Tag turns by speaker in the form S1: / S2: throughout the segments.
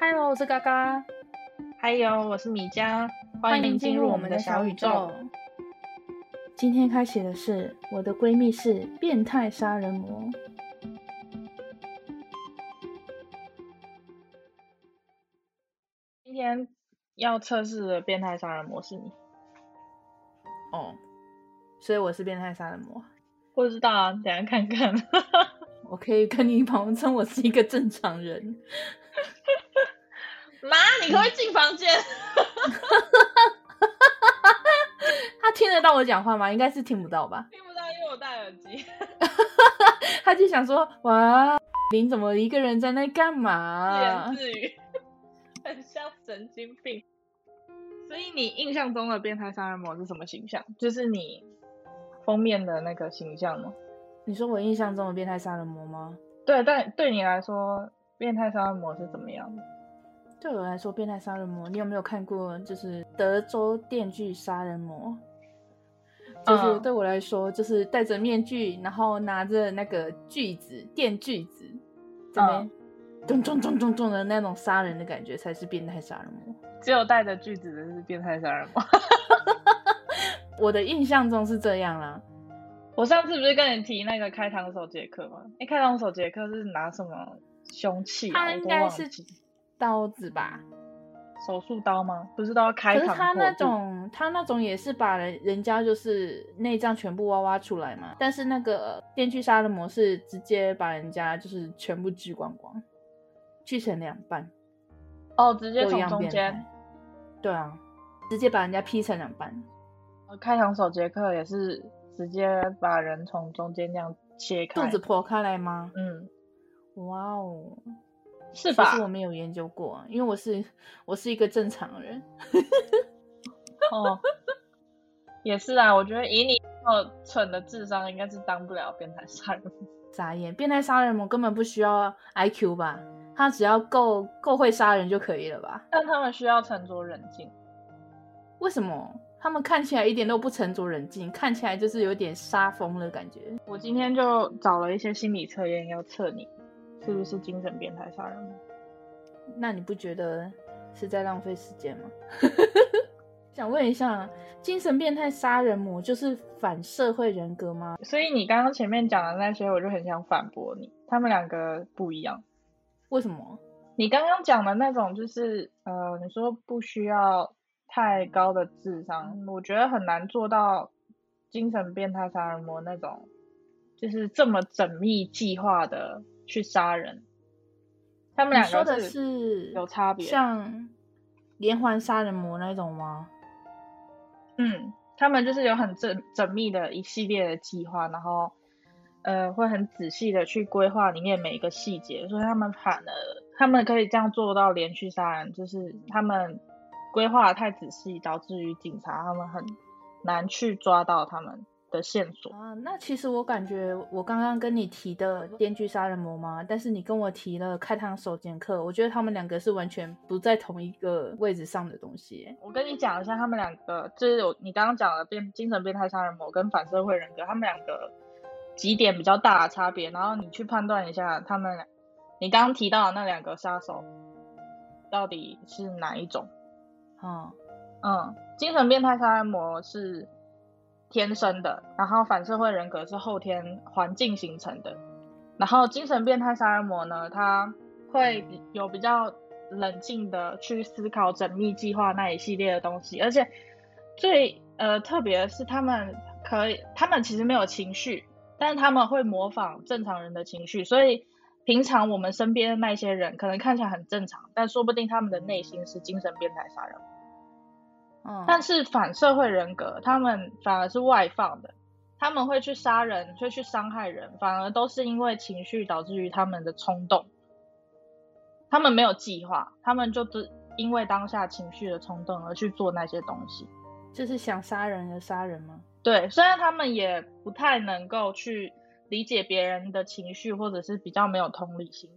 S1: Hello，我是嘎嘎，
S2: 还有，我是米江，
S1: 欢
S2: 欢迎进入我们的小宇宙。。
S3: 今天开启的是我的闺蜜是变态杀人魔。
S2: 今天要测试的变态杀人魔是你，
S3: 哦，所以我是变态杀人魔。
S2: 不知道啊，等一下看看。
S3: 我可以跟你保证，我是一个正常人。
S2: 妈，你可不可以进房间？
S3: 他听得到我讲话吗？应该是听不到吧。
S2: 听不到，因为我戴耳机。
S3: 他就想说：“哇，林怎么一个人在那干
S2: 自
S3: 嘛
S2: 言自语，很像神经病。所以你印象中的变态杀人魔是什么形象？就是你封面的那个形象吗？？”
S3: 你说我印象中的变态杀人魔吗？
S2: 对，但对你来说，变态杀人魔是怎么样的？
S3: 对我来说，变态杀人魔，你有没有看过？就是德州电锯杀人魔，就是
S2: 嗯
S3: 对我来说，就是戴着面具，然后拿着那个锯子、电锯子，这边咚咚咚咚咚的那种杀人的感觉，才是变态杀人魔。
S2: 只有带着锯子的是变态杀人魔。
S3: 我的印象中是这样啦。
S2: 我上次不是跟你提那个开膛手杰克吗？哎、开膛手杰克是拿什么凶器啊？
S3: 他
S2: 我
S3: 应
S2: 都
S3: 该
S2: 忘
S3: 是
S2: 记
S3: 刀子吧？
S2: 手术刀吗？不是都要开
S3: 可是
S2: 嗯膛破
S3: 他那
S2: 肚
S3: 种，他那种也是把人人家就是内脏全部挖挖出来嘛。但是那个电锯杀人魔是直接把人家就是全部锯光光，锯成两半，
S2: 哦，直接
S3: 都一
S2: 从
S3: 样
S2: 中
S3: 变
S2: 间
S3: 态。。对啊，直接把人家劈成两半。
S2: 开膛手杰克也是直接把人从中间这样切开，
S3: 肚子剖开来吗？
S2: 嗯，
S3: 哇哦，
S2: 是
S3: 其
S2: 吧
S3: 实？我没有研究过，啊因为我是我是一个正常人。
S2: 哦，也是啊。我觉得以你那么蠢的智商，应该是当不了变态杀人魔。
S3: 眨眼，变态杀人魔根本不需要 IQ 吧？他只要够够会杀人就可以了吧？
S2: 但他们需要沉着冷静。
S3: 为什么他们看起来一点都不沉着冷静，看起来就是有点杀疯的感觉？
S2: 我今天就找了一些心理测验要测你是不是精神变态杀人魔。
S3: 那你不觉得是在浪费时间 吗？想问一下，精神变态杀人魔就是反社会人格吗？
S2: 所以你刚刚前面讲的那些，我就很想反驳你，他们两个不一样。
S3: 为什么？
S2: 你刚刚讲的那种，就是呃，你说不需要太高的智商，我觉得很难做到精神变态杀人魔那种，就是这么缜密计划的去杀人。他们
S3: 你
S2: 两
S3: 说
S2: 个
S3: 的是
S2: 有差别，
S3: 像连环杀人魔那种吗？
S2: 嗯，他们就是有很缜缜密的一系列的计划，然后呃会很仔细的去规划里面每一个细节，所以他们反而他们可以这样做到连续杀人，就是他们规划得太仔细，导致于警察他们很难去抓到他们的线索。
S3: 啊，那其实我感觉我刚刚跟你提的电锯杀人魔嘛，但是你跟我提了开膛手剑客，我觉得他们两个是完全不在同一个位置上的东西耶。
S2: 我跟你讲一下，他们两个就是我你刚刚讲的变精神变态杀人魔跟反社会人格，他们两个几点比较大的差别，然后你去判断一下他们，你刚刚提到的那两个杀手到底是哪一种？
S3: 啊、
S2: 嗯，精神变态杀人魔是天生的，然后反社会人格是后天环境形成的。然后精神变态杀人魔呢，他会比有比较冷静的去思考缜密计划那一系列的东西，而且最呃特别的是他们可以，他们其实没有情绪，但他们会模仿正常人的情绪，所以平常我们身边的那些人可能看起来很正常，但说不定他们的内心是精神变态杀人魔。
S3: 嗯，
S2: 但是反社会人格，他们反而是外放的，他们会去杀人，会去伤害人，反而都是因为情绪导致于他们的冲动，他们没有计划，他们就只因为当下情绪的冲动而去做那些东西。
S3: 就是想杀人而杀人吗？
S2: 对，虽然他们也不太能够去理解别人的情绪，或者是比较没有同理心，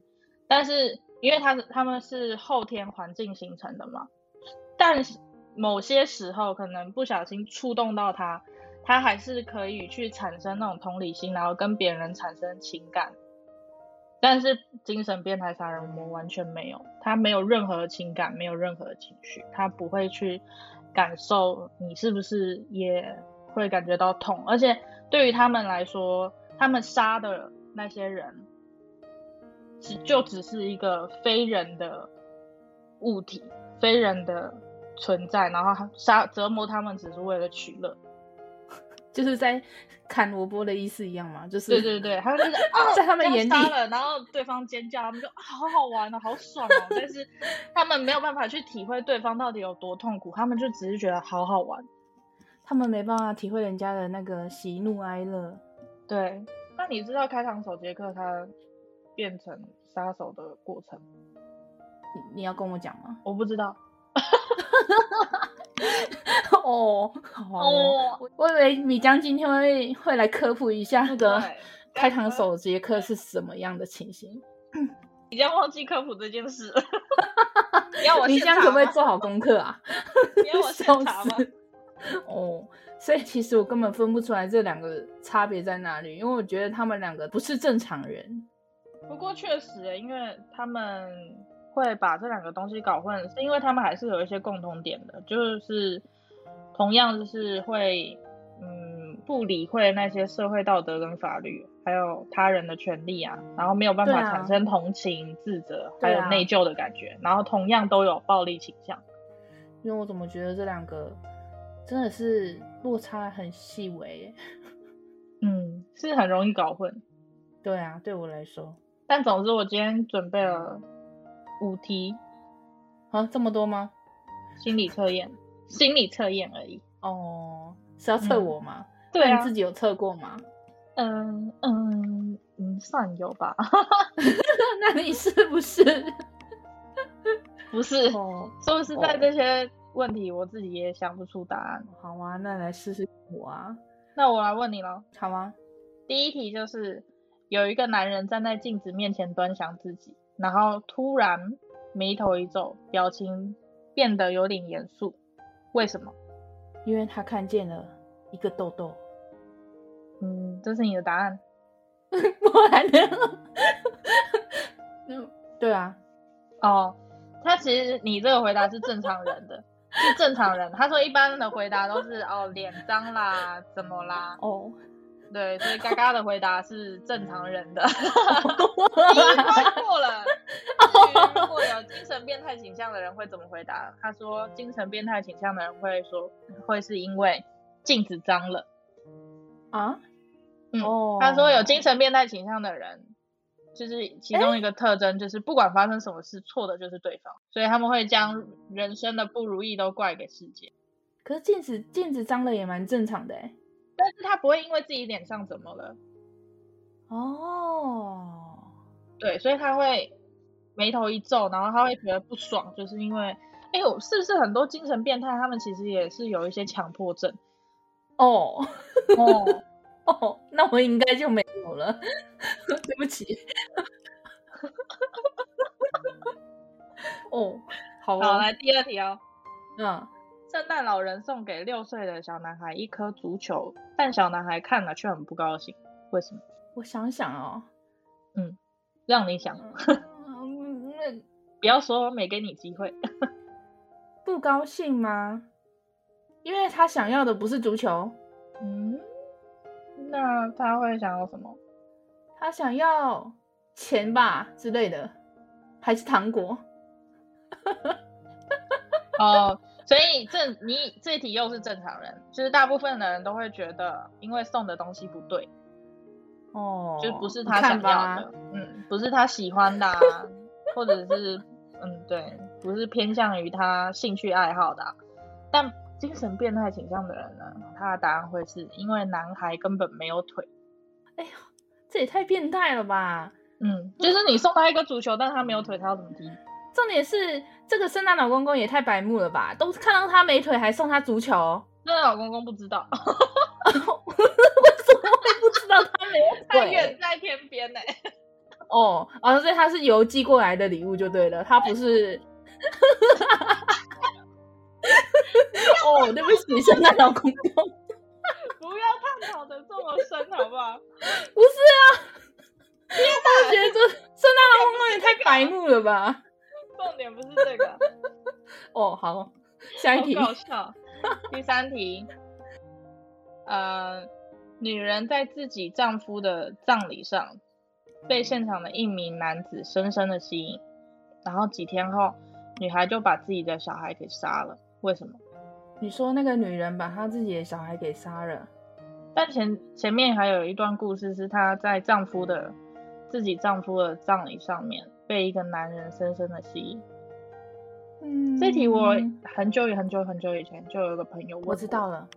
S2: 但是因为他他们是后天环境形成的嘛，但是某些时候可能不小心触动到他，他还是可以去产生那种同理心，然后跟别人产生情感，但是精神变态杀人魔完全没有，他没有任何情感，没有任何情绪，他不会去感受你是不是也会感觉到痛，而且对于他们来说，他们杀的那些人，只就只是一个非人的物体，非人的存在，然后他杀折磨他们只是为了取乐。
S3: 就是在砍萝卜的意思一样嘛，就是
S2: 对对对，他们 就是哦，
S3: 在他们眼里
S2: 这样杀了，然后对方尖叫，他们就啊，好好玩哦，好爽哦。但是他们没有办法去体会对方到底有多痛苦，他们就只是觉得好好玩。
S3: 他们没办法体会人家的那个喜怒哀乐。
S2: 对，那你知道开膛手杰克他变成杀手的过程？
S3: 你你要跟我讲 吗？
S2: 我不知道，
S3: 哦， 好哦，我我以为米江今天会会来科普一下那个
S2: 对
S3: 开膛手杰克是什么样的情形。
S2: 你这样忘记科普这件事 了。你要我
S3: 你
S2: 现
S3: 这样可不可以
S2: 查吗
S3: 做好功课啊？
S2: 你要我现
S3: 笑
S2: 查吗？
S3: 死！哦，所以其实我根本分不出来这两个差别在哪里，因为我觉得他们两个不是正常人。
S2: 不过确实欸，因为他们会把这两个东西搞混，是因为他们还是有一些共同点的，就是同样就是会嗯不理会那些社会道德跟法律，还有他人的权利啊，然后没有办
S3: 对
S2: 法
S3: 啊
S2: 产生同情、自责，还
S3: 对
S2: 有
S3: 啊
S2: 内疚的感觉，然后同样都有暴力倾向。
S3: 因为我怎么觉得这两个真的是落差很细微 耶？
S2: 嗯，是很容易搞混。
S3: 对啊，对我来说，
S2: 但总之，我今天准备了五题
S3: 啊，这么多吗？
S2: 心理测验，心理测验而已。
S3: 哦，是要测
S2: 嗯
S3: 我吗？
S2: 对
S3: 那
S2: 啊
S3: 你，自己有测过吗？
S2: 嗯嗯嗯，算有吧，
S3: 那你是不是？
S2: 不是，
S3: 哦，
S2: 说实在
S3: 哦
S2: 这些问题我自己也想不出答案。
S3: 好啊，那来试试我啊，
S2: 那我来问你喽，
S3: 好啊，
S2: 第一题就是有一个男人站在镜子面前端详自己，然后突然眉头一皱，表情变得有点严肃，为什么？
S3: 因为他看见了一个痘 痘，
S2: 嗯，这是你的答案。
S3: 不然呢？嗯， 对啊，
S2: 哦，他其实你这个回答是正常人的，是正常人。他说一般的回答都是哦脸脏啦，怎么啦？
S3: 哦，
S2: 对，所以嘎嘎的回答是正常人的，第一
S3: 哦
S2: 关过了。至于如果有精神变态倾向的人会怎么回答？他说，精神变态倾向的人会说，会是因为镜子脏了。
S3: 啊，
S2: 嗯
S3: 哦，
S2: 他说，有精神变态倾向的人，就是其中一个特征就是不管发生什么事，错的就是对方，所以他们会将人生的不如意都怪给世界。
S3: 可是镜子镜子脏了也蛮正常的哎。
S2: 但是他不会因为自己脸上怎么了，
S3: 哦，
S2: 对，所以他会眉头一皱，然后他会觉得不爽，就是因为，哎呦，是不是很多精神变态他们其实也是有一些强迫症？
S3: 哦，
S2: 哦，
S3: 哦，那我应该就没有了， 对不起。 哦，好
S2: 好，
S3: 啊，
S2: 来第二题哦。
S3: 嗯，
S2: 圣诞老人送给六岁的小男孩一颗足球，但小男孩看了却很不高兴，为什么？
S3: 我想想哦，
S2: 让你想，
S3: 嗯，那
S2: 不要说没给你机会。
S3: 不高兴吗？因为他想要的不是足球，
S2: 嗯，那他会想要什么？
S3: 他想要钱吧之类的，还是糖果？
S2: 哦，所以正你这题又是正常人，就是大部分的人都会觉得，因为送的东西不对，
S3: 哦，
S2: 就不是
S3: 你
S2: 他
S3: 看
S2: 想
S3: 吧
S2: 要的，嗯，不是他喜欢的、啊，或者是嗯，对，不是偏向于他兴趣爱好的啊、但精神变态倾向的人呢，他的答案会是因为男孩根本没有腿，
S3: 这也太变态了吧！
S2: 嗯，就是你送他一个足球，但是他没有腿，他要怎么踢？
S3: 重点是这个圣诞老公公也太白目了吧！都看到他没腿还送他足球，
S2: 那老公公不知道，
S3: 不知道他没有
S2: 他
S3: 腿
S2: 远在天边呢、
S3: 哦哦，所以他是邮寄过来的礼物就对了，他不 是。哦，对不起，圣诞老公公，
S2: 不要探讨的这么深好不好？
S3: 不是啊，我觉得这白目了吧？
S2: 重点不是这个，
S3: 哦，好，下一题
S2: 好搞笑。第三题，呃，女人在自己丈夫的葬礼上被现场的一名男子深深的吸引，然后几天后，女孩就把自己的小孩给杀了。为什么？
S3: 你说那个女人把她自己的小孩给杀了，
S2: 但前前面还有一段故事是她在丈夫的自己丈夫的葬礼上面被一个男人深深的吸引。
S3: 嗯，
S2: 这题我很久以很久很久以前就有一个朋友问
S3: 我知道了，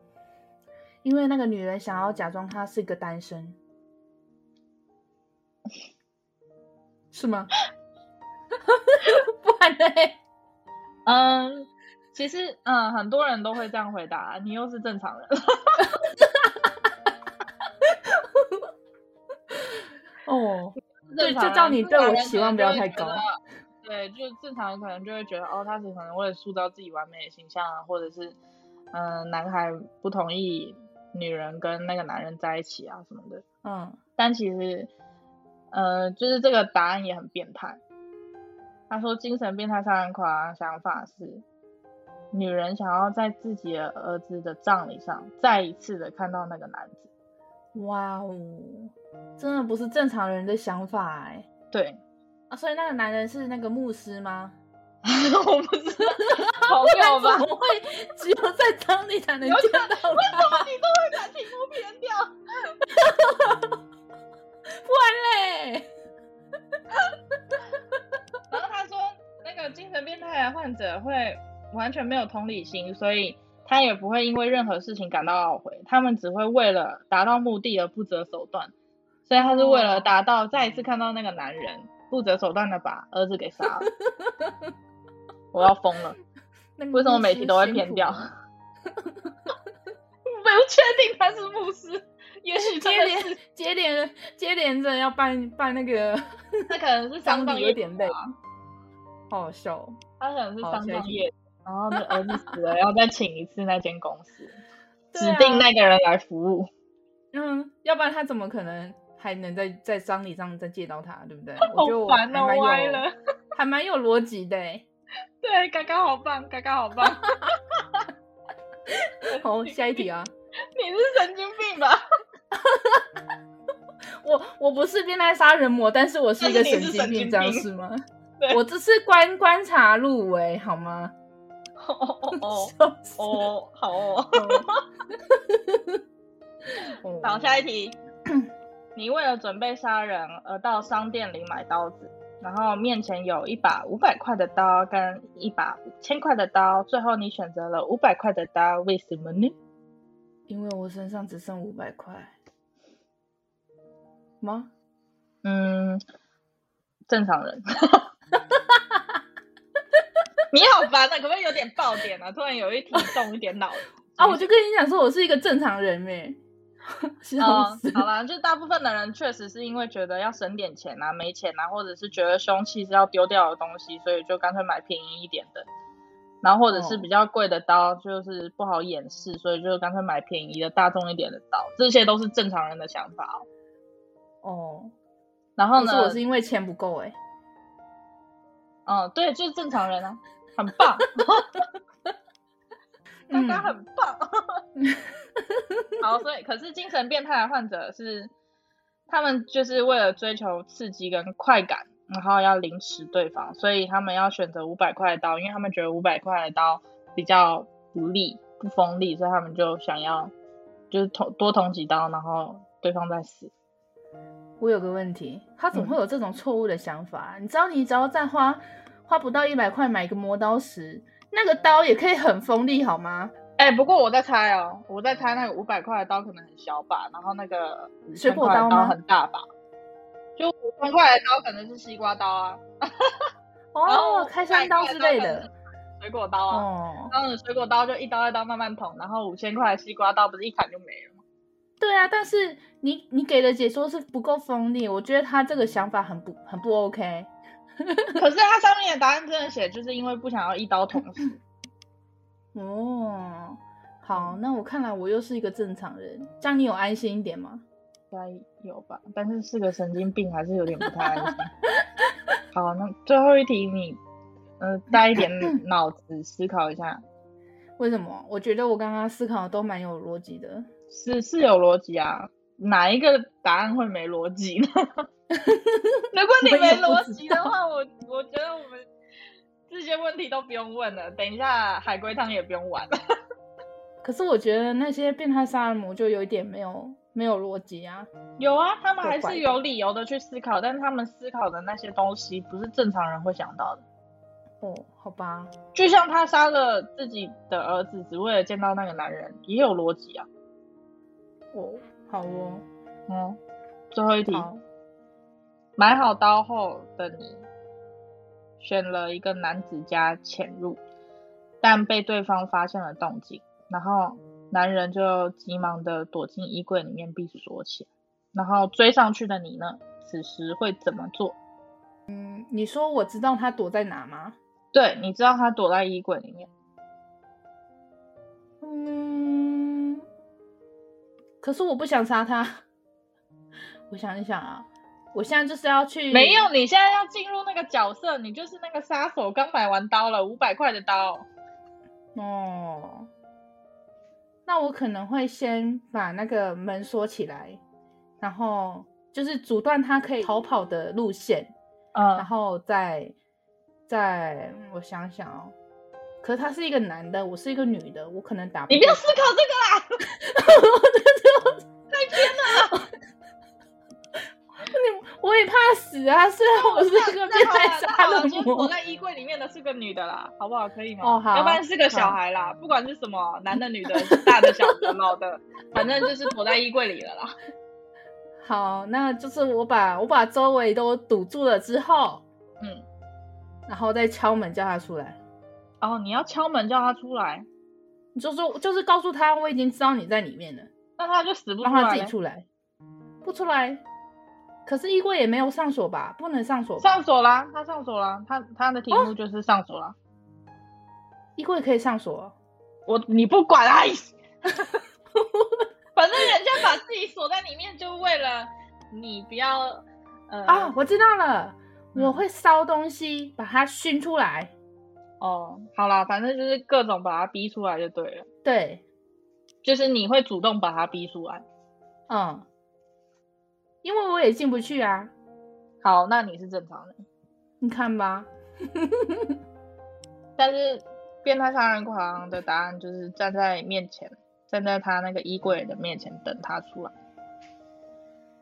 S3: 因为那个女人想要假装她是个单身，是吗？ 不然呢？
S2: 嗯，其实嗯，很多人都会这样回答，你又是正常人。
S3: 哦，对
S2: 正常人
S3: 就照你对我期望不要太。
S2: 正
S3: 高
S2: 常人可能就会觉得对，就正常人可能就会觉得，哦，他是可能为了塑造自己完美的形象啊，或者是，嗯、男孩不同意女人跟那个男人在一起啊什么的。
S3: 嗯，
S2: 但其实，呃，就是这个答案也很变态。他说，精神变态杀人狂的想法是，女人想要在自己的儿子的葬礼上再一次的看到那个男子。
S3: 哇哦，真的不是正常人的想法哎、
S2: 对，
S3: 啊！所以那个男人是那个牧师吗？
S2: 我不知道，好
S3: 不
S2: 妙
S3: 然
S2: 吧
S3: 怎？么会只有在葬礼才能
S2: 有可
S3: 见到他？
S2: 你都会把题目偏掉。
S3: 不然嘞？
S2: 然后他说，那个精神变态的患者会完全没有同理心，所以他也不会因为任何事情感到懊悔，他们只会为了达到目的而不择手段。所以他是为
S3: 哦
S2: 了达到再一次看到那个男人，不择手段的把儿子给杀 了。我要疯了！
S3: 那个
S2: 为什么
S3: 牧
S2: 每
S3: 师
S2: 题都会
S3: 辛
S2: 偏
S3: 苦
S2: 掉？
S3: 了
S2: 不确定他是牧师，也 许
S3: 接
S2: 真的是
S3: 连接连接连着要办办那个
S2: 他可能是
S3: 丧
S2: 丧葬
S3: 礼有
S2: 业
S3: 点累，
S2: 啊
S3: 好好笑哦。
S2: 他可能是
S3: 好
S2: 丧
S3: 下一
S2: 葬
S3: 题
S2: 业，然后那儿子死了，要再请一次那间公司，
S3: 对
S2: 指
S3: 啊
S2: 定那个人来服务。
S3: 嗯，要不然他怎么可能还能在在丧礼上再见到他，对不对？我
S2: 好
S3: 觉得我还
S2: 烦哦
S3: 蛮有
S2: 歪了
S3: 还蛮有逻辑的欸。
S2: 对，嘎嘎好棒，嘎嘎好 棒，
S3: 好，下一题啊，
S2: 你是神经病吧？
S3: 我我不是变态杀人魔，但是我是一个
S2: 但是
S3: 神
S2: 你是
S3: 经病，
S2: 神经
S3: 这样
S2: 病
S3: 是吗
S2: 对？
S3: 我这是观观察入围，好吗？
S2: 哦哦哦
S3: 笑死
S2: 哦哦，好哦。
S3: 哦
S2: 好，下一题。 你为了准备杀人而到商店里买刀子，然后面前有一把五百块的刀跟一把五千块的刀，最后你选择了五百块的刀，为什么呢？
S3: 因为我身上只剩五百块吗？
S2: 嗯，正常人。 你好烦啊！可不可以有点爆点啊？突然有一题动一 点脑子
S3: 啊，我就跟你讲说，我是一个正常人呗，笑
S2: 嗯
S3: 死，！
S2: 好啦，就大部分的人确实是因为觉得要省点钱啊，没钱啊，或者是觉得凶器是要丢掉的东西，所以就干脆买便宜一点的。然后或者是
S3: 哦
S2: 比较贵的刀，就是不好掩饰，所以就干脆买便宜的、大众一点的刀。这些都是正常人的想法哦。
S3: 哦，
S2: 然后
S3: 可
S2: 呢
S3: 是，我是因为钱不够哎、
S2: 嗯，对，就是正常人啊，很棒。大
S3: 嗯
S2: 家很棒。好，所以可是精神变态的患者是，他们就是为了追求刺激跟快感，然后要凌迟对方，所以他们要选择五百块的刀，因为他们觉得五百块的刀比较不利、不锋利，所以他们就想要就是捅多捅几刀，然后对方再死。
S3: 我有个问题，他怎么会有这种错误的想法？你知道，你只要再花花不到一百块买一个磨刀石，那个刀也可以很锋利，好吗？
S2: 哎、不过我在猜哦，我在猜那个五百块的刀可能很小把，然后那个5000
S3: 水果
S2: 块的
S3: 刀吗
S2: 刀很大把，就五千块的刀可能是西瓜刀啊。
S3: 哦，
S2: 哦
S3: 开山刀之类的，
S2: 水果刀啊，
S3: 哦，
S2: 然后你水果刀就一刀一刀慢慢捅，然后五千块的西瓜刀不是一砍就没了吗？
S3: 对啊，但是你你给的解说是不够锋利，我觉得他这个想法很不很不 OK。
S2: 可是它上面的答案真的写，就是因为不想要一刀捅死。
S3: 哦，好，那我看来我又是一个正常人，这样你有安心一点吗？
S2: 应该有吧，但是是个神经病，还是有点不太安心。好，那最后一题你，嗯、带一点脑子思考一下，
S3: 为什么？我觉得我刚刚思考的都蛮有逻辑的。
S2: 是是有逻辑啊，哪一个答案会没逻辑呢？ 如果你
S3: 我也
S2: 没
S3: 不
S2: 逻
S3: 知
S2: 辑的话，我我觉得我们这些问题都不用问了，等一下海龟汤也不用玩了。
S3: 可是我觉得那些变态杀人魔就有一点没有没有逻辑啊。
S2: 有啊，他们
S3: 怪
S2: 还
S3: 怪
S2: 是
S3: 的
S2: 有理由的去思考，但他们思考的那些东西不是正常人会想到的。
S3: 哦，好吧，
S2: 就像他杀了自己的儿子，只为了见到那个男人，也有逻辑啊。
S3: 哦，好哦，
S2: 嗯，最后一题，
S3: 好，
S2: 买好刀后的你，选了一个男子家潜入，但被对方发现了动静，然后男人就急忙的躲进衣柜里面闭锁起来，然后追上去的你呢，此时会怎么做？
S3: 嗯你说我知道他躲在哪吗？
S2: 对，你知道他躲在衣柜里面，
S3: 嗯，可是我不想杀他。 我想一想啊，我现在就是要去
S2: 没有，你现在要进入那个角色，你就是那个杀手，刚买完刀了，五百块的刀。
S3: 哦，那我可能会先把那个门锁起来，然后就是阻断他可以逃跑的路线，然
S2: 嗯，
S3: 后再再嗯我想想哦，可是他是一个男的，我是一个女的，我可能打
S2: 你不
S3: 过
S2: 要思考这个啦。
S3: 你，我也怕死啊！虽然我是一个变态杀
S2: 了，
S3: 人
S2: 躲
S3: 魔，
S2: 在衣柜里面的是个女的啦，好不好？可以吗？
S3: 哦好
S2: 要不然是个小孩啦，不管是什么，男的、女的、大的、小的、老的，反正就是躲在衣柜里了啦。
S3: 好，那就是我把我把周围都堵住了之后，
S2: 嗯，
S3: 然后再敲门叫他出来。
S2: 哦，你要敲门叫他出来，
S3: 你就说，就是告诉他我已经知道你在里面了，
S2: 那他就死不出
S3: 让
S2: 来
S3: 他
S2: 了。
S3: 自己出来，不出来。可是衣柜也没有上锁吧？不能上锁吧，
S2: 上锁啦，他上锁啦，他他的题目就是上锁啦。
S3: 衣柜可以上锁。
S2: 我你不管啊， 反正人家把自己锁在里面，就为了你不要呃
S3: 啊，我知道了，
S2: 嗯
S3: 我会烧东西把它熏出来。
S2: 哦，好啦，反正就是各种把他逼出来就对了。
S3: 对，
S2: 就是你会主动把他逼出来。
S3: 嗯，因为我也进不去啊，
S2: 好，那你是正常人，
S3: 你看吧。
S2: 但是变态杀人狂的答案就是站在面前，站在他那个衣柜的面前等他出来。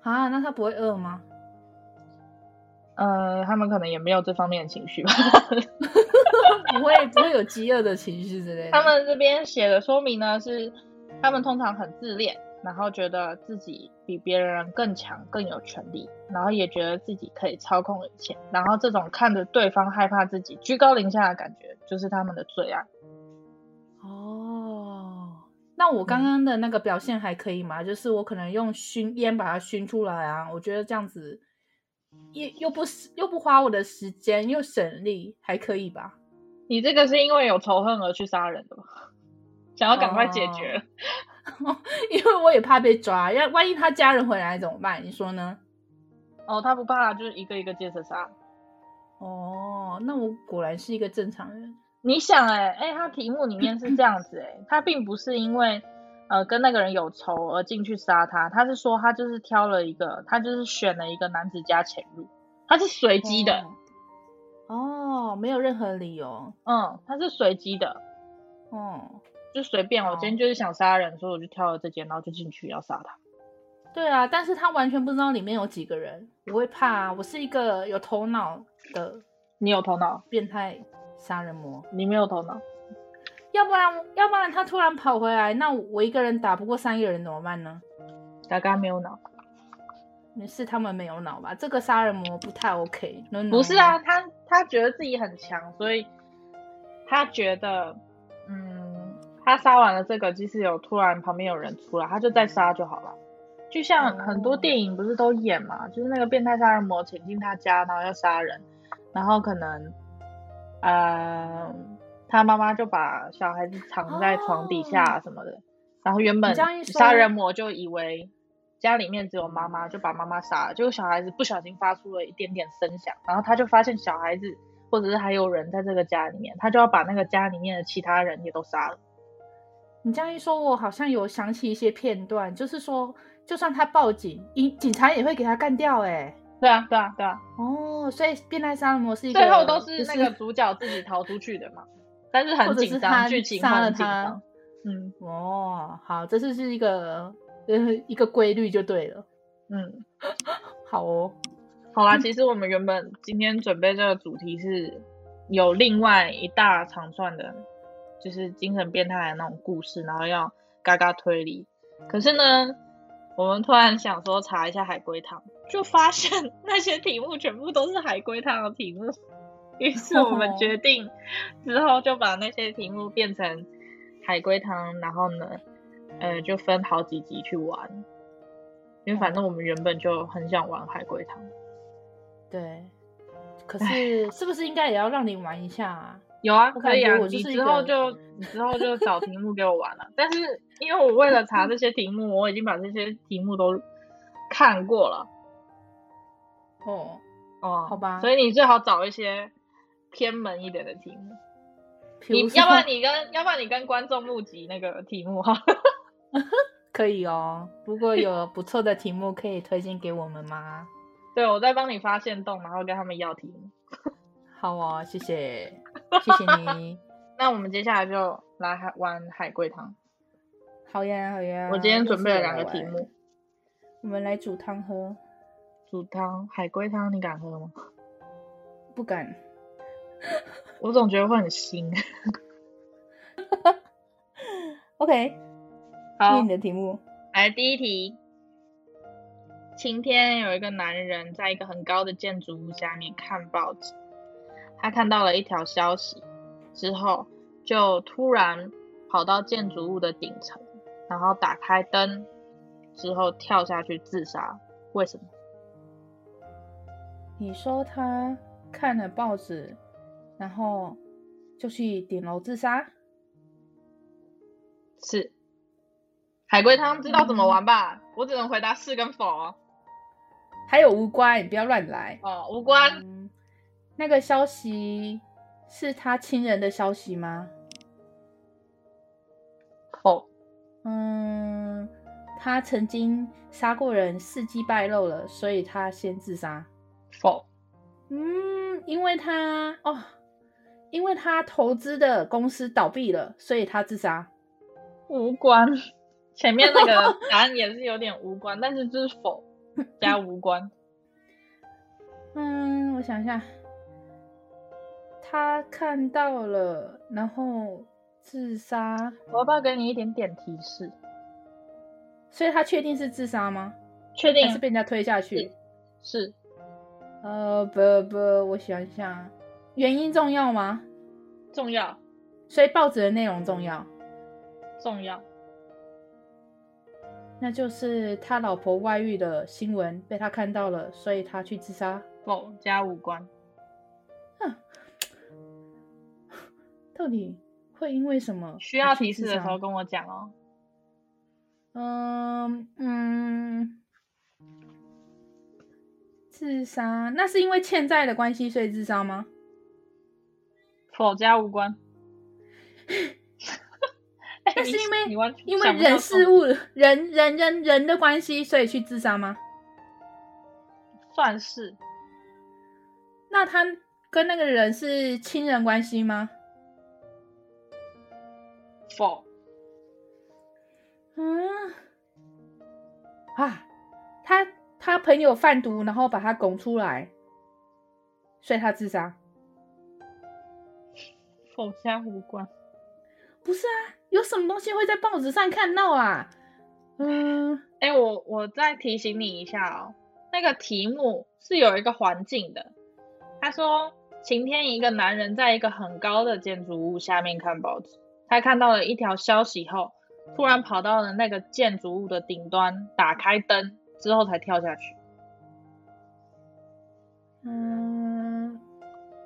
S3: 啊，那他不会饿吗？
S2: 呃，他们可能也没有这方面的情绪吧。
S3: 不会，不会有饥饿的情绪之类的。
S2: 他们这边写的说明呢是，他们通常很自恋，然后觉得自己比别人更强、更有权利，然后也觉得自己可以操控一切，然后这种看着对方害怕自己居高临下的感觉，就是他们的最爱。
S3: 哦，那我刚刚的那个表现还可以吗？就是我可能用熏烟把它熏出来啊，我觉得这样子又又不又不花我的时间，又省力，还可以吧？
S2: 你这个是因为有仇恨而去杀人的吗？想要赶快解决。
S3: 因为我也怕被抓，要万一他家人回来怎么办？你说呢？
S2: 哦他不怕，就是一个一个接着杀。
S3: 哦，那我果然是一个正常人。
S2: 你想、欸，哎、他题目里面是这样子、欸，哎，他并不是因为呃跟那个人有仇而进去杀他，他是说他就是挑了一个，他就是选了一个男子家潜入，他是随机的，
S3: 哦。哦，没有任何理由。
S2: 嗯，他是随机的，
S3: 哦，
S2: 就随便。我
S3: 哦
S2: 今天就是想杀人，所以我就挑了这间，然后就进去要杀他。
S3: 对啊，但是他完全不知道里面有几个人，我会怕啊。我是一个有头脑的
S2: 你有头脑，
S3: 变态杀人魔，
S2: 你没有头脑，
S3: 要不然要不然他突然跑回来，那我一个人打不过三个人怎么办呢？
S2: 嘎嘎没有脑。
S3: 是他们没有脑吧？这个杀人魔不太 OK。No, no,
S2: 不是啊，
S3: no，
S2: 他他觉得自己很强，所以他觉得，嗯，他杀完了这个，即使有突然旁边有人出来，他就再杀就好了。就像
S3: 哦
S2: 很多电影不是都演嘛，就是那个变态杀人魔潜进他家，然后要杀人，然后可能，呃，他妈妈就把小孩子藏在床底下什么的，然后原
S3: 你
S2: 本
S3: 这样一说
S2: 杀人魔就以为家里面只有妈妈，就把妈妈杀了。结果小孩子不小心发出了一点点声响，然后他就发现小孩子或者是还有人在这个家里面，他就要把那个家里面的其他人也都杀了。
S3: 你这样一说，我好像有想起一些片段，就是说，就算他报警，警警察也会给他干掉、欸。
S2: 对啊，对啊，对啊，
S3: 哎，哦，所以变态杀人魔是一个
S2: 最后都
S3: 就是是
S2: 那个主角自己逃出去的嘛。但是
S3: 或
S2: 很
S3: 者是
S2: 紧
S3: 他
S2: 张，剧情
S3: 杀了
S2: 很紧
S3: 他
S2: 张。嗯
S3: 哦，好，这就是一个呃一个规律就对了。
S2: 嗯。
S3: 好哦，
S2: 好啦，其实我们原本今天准备这个主题是有另外一大长串的，就是精神变态的那种故事，然后要嘎嘎推理。可是呢，我们突然想说查一下海龟汤，就发现那些题目全部都是海龟汤的题目。于是我们决定之后就把那些题目变成海龟汤，然后呢，呃，就分好几集去玩。因为反正我们原本就很想玩海龟汤。
S3: 对，可 是是不是应该也要让你玩一下啊？
S2: 有啊，
S3: 我
S2: 可以
S3: 感
S2: 啊，
S3: 觉我就
S2: 你
S3: 是一
S2: 之后
S3: 个嗯
S2: 就你之后就找题目给我玩了、但是因为我为了查这些题目，我已经把这些题目都看过了
S3: 哦，
S2: 哦。
S3: 好吧
S2: 所以你最好找一些偏门一点的题目。
S3: 比
S2: 你
S3: 如
S2: 要不然
S3: 说
S2: 你跟要不然你跟观众募集那个题目哈。
S3: 可以哦，如果有不错的题目可以推荐给我们吗？
S2: 对，我再帮你发现洞，然后跟他们要题目。
S3: 好哦，谢谢，谢谢你。
S2: 那我们接下来就来海玩海龟汤。
S3: 好呀，好呀。
S2: 我今天
S3: 呃又
S2: 准
S3: 是
S2: 备了
S3: 我
S2: 两
S3: 来
S2: 个题
S3: 玩，
S2: 目，
S3: 我们来煮汤喝。
S2: 煮汤海龟汤，你敢喝吗？
S3: 不敢，
S2: 我总觉得会很腥。
S3: OK，
S2: 好，
S3: 你的题目。
S2: 来，第一题。晴天有一个男人在一个很高的建筑物下面看报纸，他看到了一条消息之后，就突然跑到建筑物的顶层，然后打开灯，之后跳下去自杀。为什么？
S3: 你说他看了报纸，然后就去顶楼自杀？
S2: 是海龟汤知道怎么玩吧？我只能回答是跟否哦。
S3: 还有无关，你不要乱来。
S2: 哦，无关，
S3: 嗯，那个消息是他亲人的消息吗？
S2: 否，
S3: 嗯，他曾经杀过人，事迹败露了，所以他先自杀。
S2: 否，
S3: 嗯，因为他哦，因为他投资的公司倒闭了，所以他自杀。
S2: 无关。前面那个答案也是有点无关，但是就是否加无 关。
S3: 嗯，我想一下，他看到了，然后自杀，
S2: 我要不要给你一点点提示？
S3: 所以他确定是自杀吗？
S2: 确
S3: 还
S2: 定
S3: 是被人家推下去？
S2: 是
S3: 呃，不不，我想一下，原因重要吗？
S2: 重要
S3: 所以报纸的内容重要，
S2: 重要，
S3: 那就是他老婆外遇的新闻被他看到了，所以他去自杀。
S2: 否加无关。
S3: 到底会因为什么
S2: 需要
S3: 而去
S2: 提示
S3: 自
S2: 的时
S3: 杀
S2: 候跟我讲哦。
S3: 嗯嗯，自杀那是因为欠债的关系，所以自杀吗？
S2: 否加无 关。哎
S3: 那是
S2: 你
S3: 因为
S2: 你完全
S3: 因为
S2: 想不到
S3: 人事
S2: 重
S3: 物、人人人人的关系，所以去自杀吗？
S2: 算是
S3: 那他跟那个人是亲人关系吗？
S2: 否
S3: 嗯，啊，他他朋友贩毒，然后把他拱出来，所以他自杀。
S2: 否加无关。
S3: 不是啊，有什么东西会在报纸上看到啊？嗯，
S2: 哎、我我再提醒你一下哦，那个题目是有一个环境的。他说，晴天一个男人在一个很高的建筑物下面看报纸，他看到了一条消息后，突然跑到了那个建筑物的顶端，打开灯之后才跳下去。
S3: 嗯，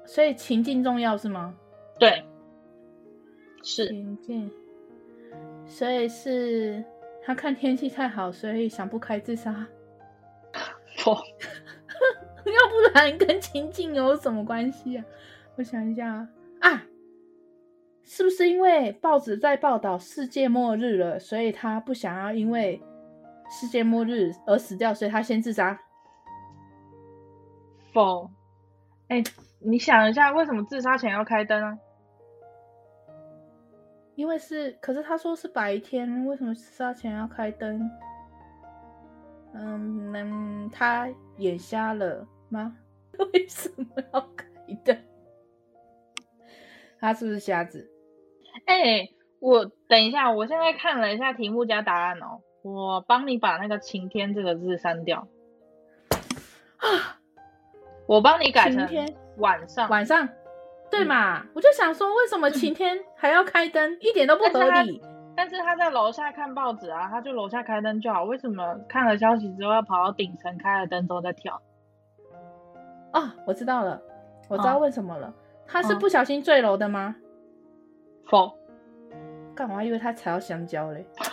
S3: 所以情境重要是吗？
S2: 对，是
S3: 情境，所以是他看天气太好，所以想不开自杀。
S2: 哦，
S3: 要不然跟情境有什么关系啊？我想一下啊啊，是不是因为报纸在报道世界末日了，所以他不想要因为世界末日而死掉，所以他先自杀？
S2: 否，哎，你想一下，为什么自杀前要开灯啊？
S3: 因为是，可是他说是白天，为什么自杀前要开灯？嗯，嗯他眼瞎了吗？ 为什么要开灯？他是不是瞎子？
S2: 哎，我等一下，我现在看了一下题目加答案哦，我帮你把那个“晴天”这个字删掉，
S3: 啊，
S2: 我帮你改
S3: 晴
S2: 成
S3: 天
S2: 晚上。嗯
S3: 晚上，对嘛？我就想说，为什么晴天还要开灯？一点都不合
S2: 但是
S3: 理。
S2: 但嗯是他在楼下看报纸啊，他就楼下开灯就好。为什么看了消息之后要跑到顶层开了灯之后再跳？
S3: 哦，我知道了，我知道
S2: 嗯
S3: 为什么了。他是
S2: 嗯
S3: 不小心坠楼的吗？
S2: 哦否，
S3: 干嘛？因为他踩到香蕉嘞。 要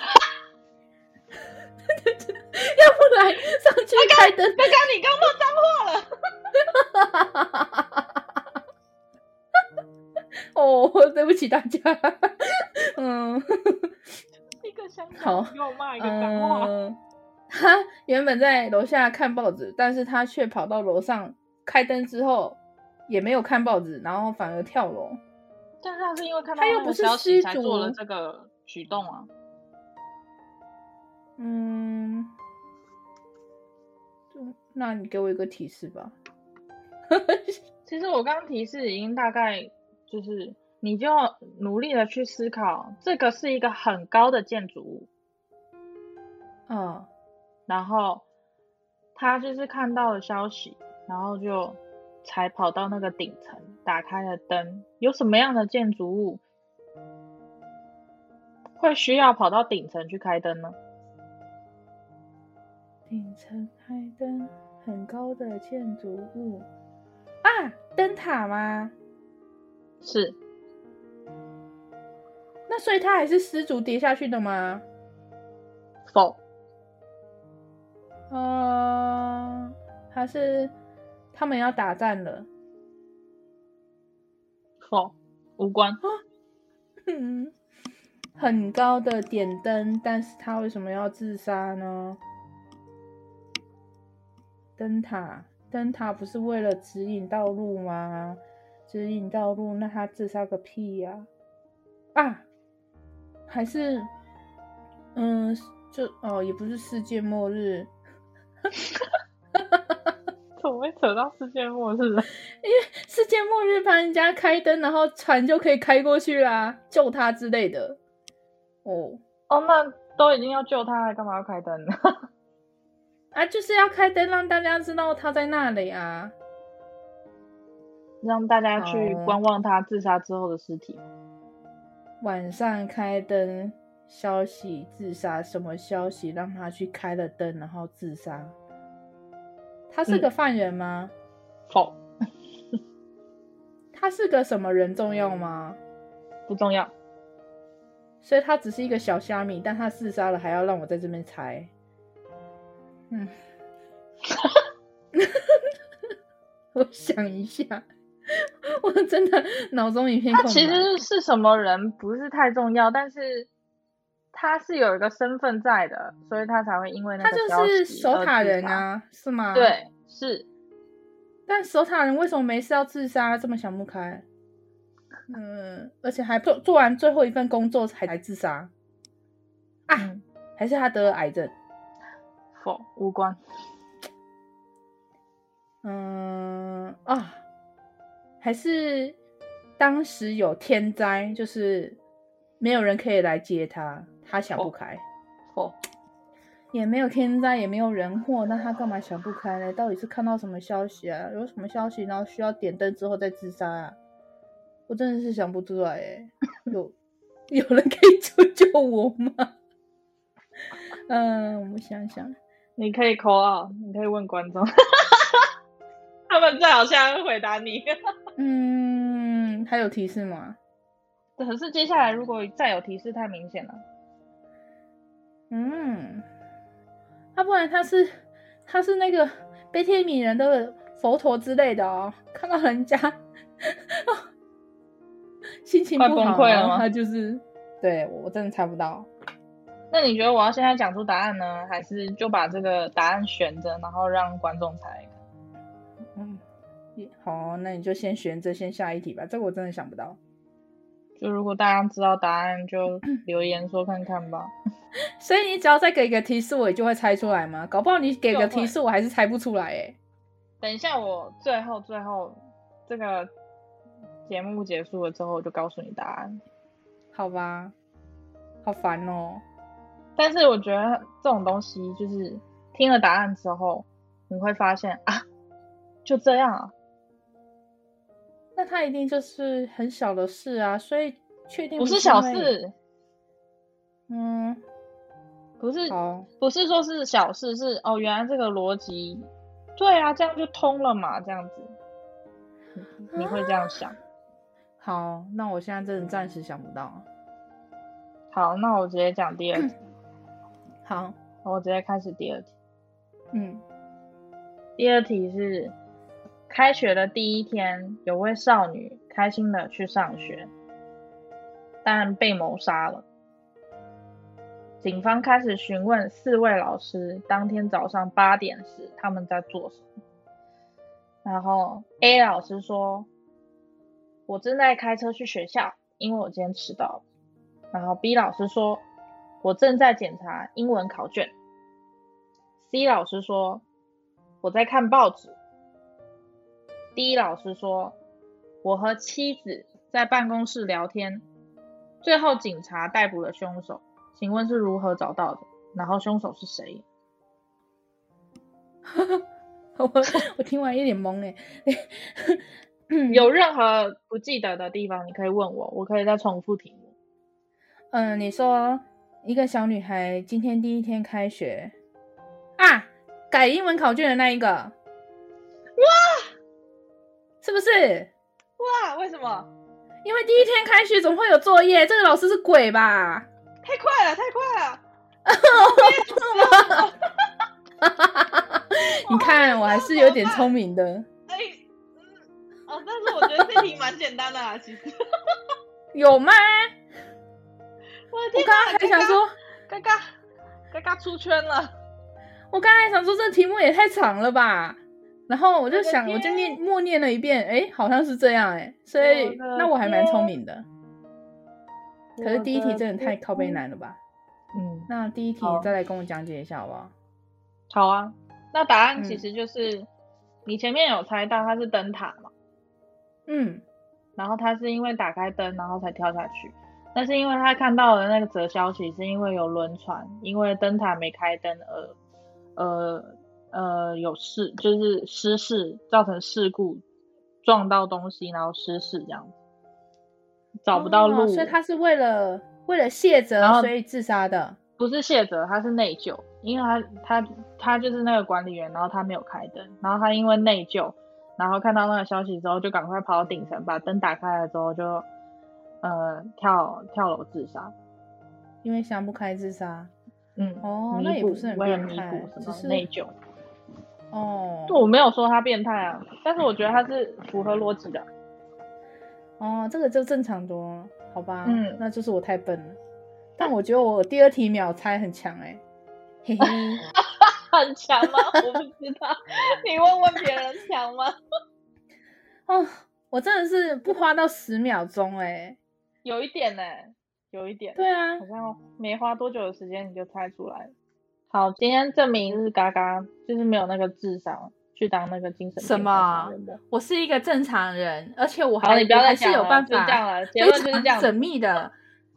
S3: 不然上去开灯，
S2: 刚刚你刚骂脏话了。
S3: 哦，对不起大家。 嗯，
S2: 一个香
S3: 好
S2: 港给我骂一个脏话，
S3: 嗯，他原本在楼下看报纸，但是他却跑到楼上开灯之后，也没有看报纸，然后反而跳楼。
S2: 但是他是因为看到
S3: 他又
S2: 那
S3: 不
S2: 个
S3: 是
S2: 消息
S3: 失
S2: 才做了
S3: 足
S2: 这个举动啊。
S3: 嗯，嗯那你给我一个提示吧。
S2: 其实我刚刚提示已经大概就是，你就努力的去思考，这个是一个很高的建筑物，
S3: 嗯，
S2: 然后他就是看到了消息，然后就才跑到那个顶层，打开了灯。有什么样的建筑物会需要跑到顶层去开灯呢？
S3: 顶层开灯，很高的建筑物啊，灯塔吗？
S2: 是
S3: 那所以他还是失足跌下去的吗？
S2: 否？
S3: 呃，还是他们要打战了？
S2: 否，无关。
S3: 嗯，很高的点灯，但是他为什么要自杀呢？灯塔，灯塔不是为了指引道路吗？指引道路，那他自杀个屁呀、啊！还是，嗯，就哦，也不是世界末日，
S2: 怎么会扯到世界末日啊？
S3: 世界末日帮人家开灯，然后船就可以开过去啦，救他之类的。哦，
S2: 哦，那都已经要救他了，干嘛要开灯呢？
S3: 啊，就是要开灯让大家知道他在那里啊。
S2: 让大家去
S3: 好
S2: 观望他自杀之后的尸体。
S3: 晚上开灯，消息自杀，什么消息让他去开了灯然后自杀？他
S2: 嗯
S3: 是个犯人吗？
S2: 否，
S3: 他是个什么人重要吗？
S2: 不重要。
S3: 所以他只是一个小虾米，但他自杀了还要让我在这边猜，嗯， 我想一下， 我真的脑中一片
S2: 他
S3: 空白。
S2: 其实是什么人不是太重要，但是他是有一个身份在的，所以他才会因为那
S3: 他
S2: 个
S3: 就
S2: 消
S3: 是
S2: 息
S3: 守
S2: 而
S3: 塔
S2: 自
S3: 人
S2: 杀。
S3: 啊，是吗？。
S2: 对，是
S3: 但守塔人为什么没事要自杀？这么想不开？嗯，而且还做做完最后一份工作还来自杀，啊
S2: 嗯
S3: 还是他得了癌症？
S2: 否无关。
S3: 嗯啊，还是当时有天灾，就是没有人可以来接他，他想
S2: 哦
S3: 不开。
S2: 否
S3: 也没有天灾，也没有人祸，那他干嘛想不开呢？到底是看到什么消息啊？有什么消息，然后需要点灯之后再自杀啊？我真的是想不出来哎，有 有人可以救 救我吗？ 嗯，我想想，
S2: 你可以 call out，你可以问观众， 他们最好现在会回答 你。
S3: 嗯，还有提示吗？
S2: 可是接下来如果再有提示太明显了，
S3: 嗯，要、不然他是他是那个悲天悯人的佛陀之类的哦，看到人家哦心情
S2: 快
S3: 不
S2: 崩
S3: 好，
S2: 溃了
S3: 然后
S2: 吗
S3: 他就是对我我真的猜不到。
S2: 那你觉得我要现在讲出答案呢，还是就把这个答案悬着，然后让观众猜？
S3: 嗯，也好，哦那你就先选择先下一题吧，这个我真的想不到。
S2: 就如果大家知道答案，就留言说看看吧。
S3: 所以你只要再给一个提示，我也就会猜出来吗？搞不好你给个
S2: 就会
S3: 提示，我还是猜不出来哎、
S2: 等一下，我最后最后这个节目结束了之后，我就告诉你答案。
S3: 好吧，好烦哦、
S2: 但是我觉得这种东西就是听了答案之后，你会发现啊，就这样啊。
S3: 那他一定就是很小的事啊，所以确定
S2: 不是
S3: 是
S2: 小
S3: 因为。
S2: 事，
S3: 嗯，
S2: 不是
S3: 好，
S2: 不是说是小事，是哦，原来这个逻辑，对啊，这样就通了嘛，这样子，你你会这样
S3: 啊
S2: 想。
S3: 好，那我现在真的暂时想不到。啊
S2: 好，那我直接讲第二题，
S3: 好，
S2: 我直接开始第二题。
S3: 嗯，
S2: 第二题是，开学的第一天，有位少女开心的去上学，但被谋杀了。警方开始询问四位老师，当天早上八点时他们在做什么。然后 A 老师说：“我正在开车去学校，因为我今天迟到了。”然后 B 老师说：“我正在检查英文考卷。”C 老师说：“我在看报纸。”D 老师说：“我和妻子在办公室聊天。”最后，警察逮捕了凶手。请问是如何找到的？然后凶手是谁？
S3: 我我听完一脸懵哎、嗯
S2: 有任何不记得的地方，你可以问我，我可以再重复题目。
S3: 嗯，你说一个小女孩今天第一天开学啊，改英文考卷的那一个，哇，是不是？
S2: 哇，为什么？
S3: 因为第一天开学总会有作业，这个老师是鬼吧？
S2: 太快了，太快了！
S3: 你看，我还是有点聪明的。
S2: 哎、嗯，哦，但是我觉得这题蛮简单的啦，其实。
S3: 有吗？
S2: 我的
S3: 我
S2: 天
S3: 刚刚
S2: 哪，
S3: 还想说，
S2: 嘎嘎，嘎嘎，嘎嘎出圈了。
S3: 我刚才想说这题目也太长了吧，然后我就想，
S2: 我
S3: 我
S2: 的
S3: 就
S2: 天
S3: 念默念了一遍，哎，好像是这样哎、所以
S2: 我的
S3: 那我还蛮
S2: 天
S3: 聪明的。可是第一题真的太靠背。难了吧？
S2: 嗯，
S3: 那第一题
S2: 好
S3: 你再来跟我讲解一下好不好？
S2: 好啊。那答案其
S3: 嗯
S2: 实就是、你前面有猜到它是灯塔嘛，
S3: 嗯，
S2: 然后他是因为打开灯然后才跳下去，但是因为他看到的那个则消息是因为有轮船，因为灯塔没开灯而呃呃有事就是失事造成事故，撞到东西然后失事这样子，找不到路，
S3: 哦所以他是为了为了谢
S2: 然
S3: 哲
S2: 后
S3: 所以自杀的。
S2: 不是卸责，他是内疚，因为他他他就是那个管理员，然后他没有开灯，然后他因为内疚，然后看到那个消息之后，就赶快跑到顶层，把灯打开了之后就，呃，跳跳楼自杀。
S3: 因为想不开自杀
S2: 嗯，
S3: 哦，
S2: 弥
S3: 那也
S2: 补
S3: 不是很
S2: 为了
S3: 变
S2: 弥
S3: 态
S2: 补，
S3: 只
S2: 什么内
S3: 是
S2: 疚。
S3: 哦
S2: 我没有说他变态啊，但是我觉得他是符合逻辑的。
S3: 哦，这个就正常多了，好吧？
S2: 嗯
S3: 那就是我太笨了。但我觉得我第二题秒猜很强哎、嘿嘿，
S2: 很强吗？ 我不知道，你问问别人强吗？
S3: 哦，我真的是不花到十秒钟哎、
S2: 有一点呢、欸有一点。
S3: 对啊
S2: 好，像没花多久的时间你就猜出来了。好，今天证明是嘎嘎，就是没有那个智商去当那个精神病
S3: 什么
S2: 患者的
S3: 我是一个正常人，而且我
S2: 好，
S3: 还
S2: 你不要
S3: 我
S2: 再
S3: 还是
S2: 讲
S3: 有
S2: 了
S3: 办
S2: 就这样
S3: 法
S2: 了。结
S3: 非
S2: 论就是
S3: 常
S2: 这样子
S3: 缜，密的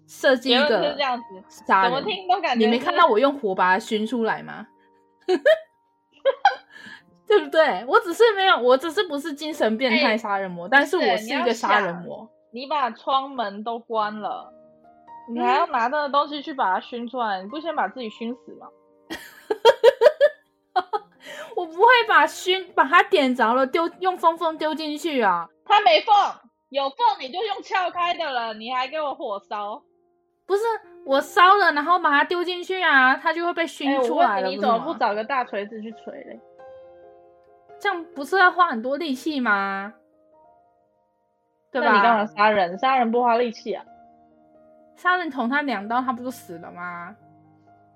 S3: 设计一
S2: 结论就是
S3: 个
S2: 这样子。
S3: 杀
S2: 怎么
S3: 人。
S2: 听都感觉
S3: 你没
S2: 是
S3: 看到我用火把它熏出来吗？ 对不对？我只是没有，我只是不是精神变态
S2: 哎
S3: 杀人魔，但是
S2: 不是
S3: 我
S2: 你
S3: 是一
S2: 要
S3: 个杀人
S2: 想
S3: 魔。
S2: 你把窗门都关了，你还
S3: 嗯
S2: 要拿那个东西去把它熏出来，你不先把自己熏死吗？
S3: 我不会把熏把它点着了丢用风风丢进去啊！
S2: 它没缝，有缝你就用撬开的了，你还给我火烧，
S3: 不是我烧了，然后把它丢进去啊，它就会被熏
S2: 哎，我
S3: 出来
S2: 问
S3: 了。
S2: 你，
S3: 不
S2: 你怎
S3: 是
S2: 么
S3: 吗
S2: 不找个大锤子去锤嘞？
S3: 这样不是要花很多力气吗？对吧？
S2: 那你干嘛杀人？杀人不花力气啊？
S3: 杀人捅他两刀，他不就死了吗？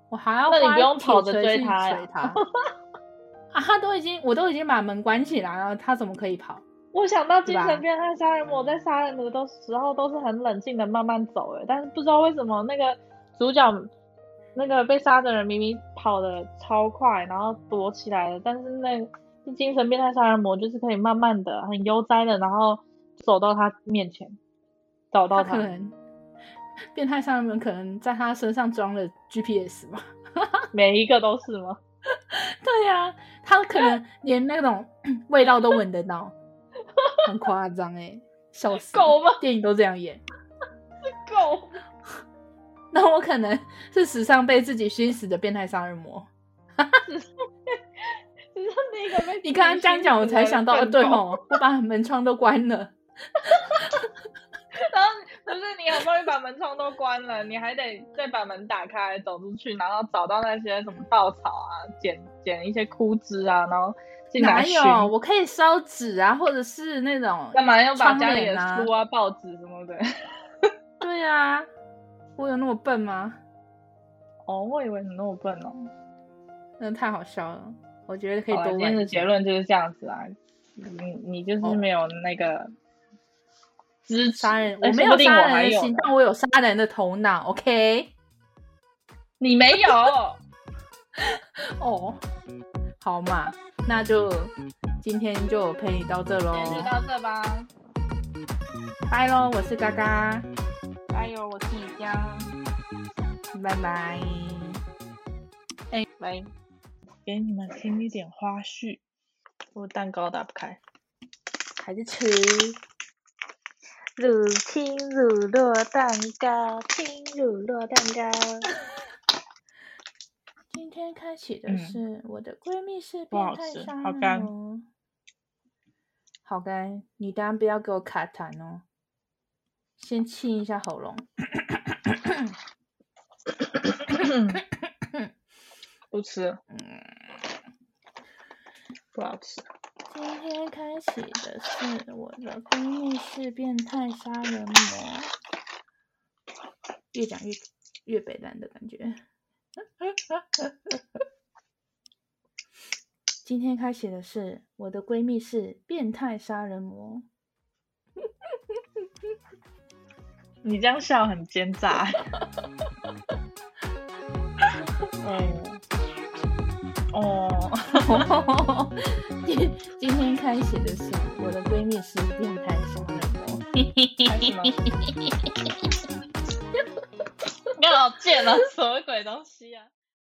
S3: 我还要
S2: 那你
S3: 花
S2: 不用
S3: 铁
S2: 跑着
S3: 锤
S2: 追
S3: 去
S2: 他呀
S3: 锤他 啊！他都已经，我都已经把门关起来了，他怎么可以跑？
S2: 我想到
S3: 对
S2: 精
S3: 吧嗯
S2: 神变态杀人魔在杀人的都时候都是很冷静的慢慢走，哎，但是不知道为什么那个主角那个被杀的人明明跑的超快，然后躲起来了，但是那个精神变态杀人魔就是可以慢慢的、很悠哉的，然后走到他面前，找到
S3: 他
S2: 他
S3: 可。能变态杀人魔可能在他身上装了 GPS 吧？
S2: 每一个都是吗？
S3: 对呀、他可能连那种 味道都闻得到， 很夸张哎，笑死！
S2: 狗吗？
S3: 电影都这样演。
S2: 狗。
S3: 那我可能是史上被自己熏死的变态杀人魔。
S2: 只是那个被
S3: 你刚刚这样讲，我才想到，呃对
S2: 哦。
S3: 哦，我把门窗都关了。
S2: 然后不是你好不容易把门窗都关了，你还得再把门打开走出去，然后找到那些什么稻草啊，捡捡一些枯枝啊，然后进
S3: 哪
S2: 来熏。
S3: 有？我可以烧纸啊，或者是那 种
S2: 干嘛要把
S3: 窗
S2: 家里的
S3: 帘啊
S2: 书啊、报纸什么的？
S3: 对啊，我有那么笨吗？
S2: 哦，我以为你那么笨哦。
S3: 真的太好笑了，我觉得可以
S2: 好啦
S3: 多
S2: 今
S3: 玩
S2: 天的
S3: 一
S2: 结
S3: 下。
S2: 论就是这样子啊，你你就是
S3: 哦
S2: 没有那个支持
S3: 杀人，
S2: 哎
S3: 我没
S2: 说不
S3: 有
S2: 定
S3: 杀
S2: 我还
S3: 人的
S2: 有
S3: 心
S2: 呢，
S3: 但我有杀人的头脑。OK，
S2: 你没 有。
S3: 哦，好嘛，那就今天就陪你到这喽
S2: 今，天就到这吧，
S3: 拜喽，我是嘎嘎，
S2: 加油！我是米江，
S3: 拜拜。
S2: 来给你们听一点花絮，我蛋糕打不开。
S3: 还是吃，
S2: 乳清乳酪蛋糕，清乳酪蛋糕。
S3: 今天开启的
S2: 嗯
S3: 是我的闺蜜是
S2: 不好
S3: 变态
S2: 吃
S3: 杀
S2: 好
S3: 人
S2: 干
S3: 魔，好干，你当然不要给我卡痰哦，先清一下喉咙。
S2: 不吃，嗯不好吃。
S3: 今天开启的是我的闺蜜是变态杀人魔，越讲越越北南的感觉。今天开启的是我的闺蜜是变态杀人魔，
S2: 你这样笑很奸诈。 哦哦，
S3: 今今天开启的是我的闺蜜是变态杀人魔。
S2: 还有什么？你好贱啊！什么鬼东西啊？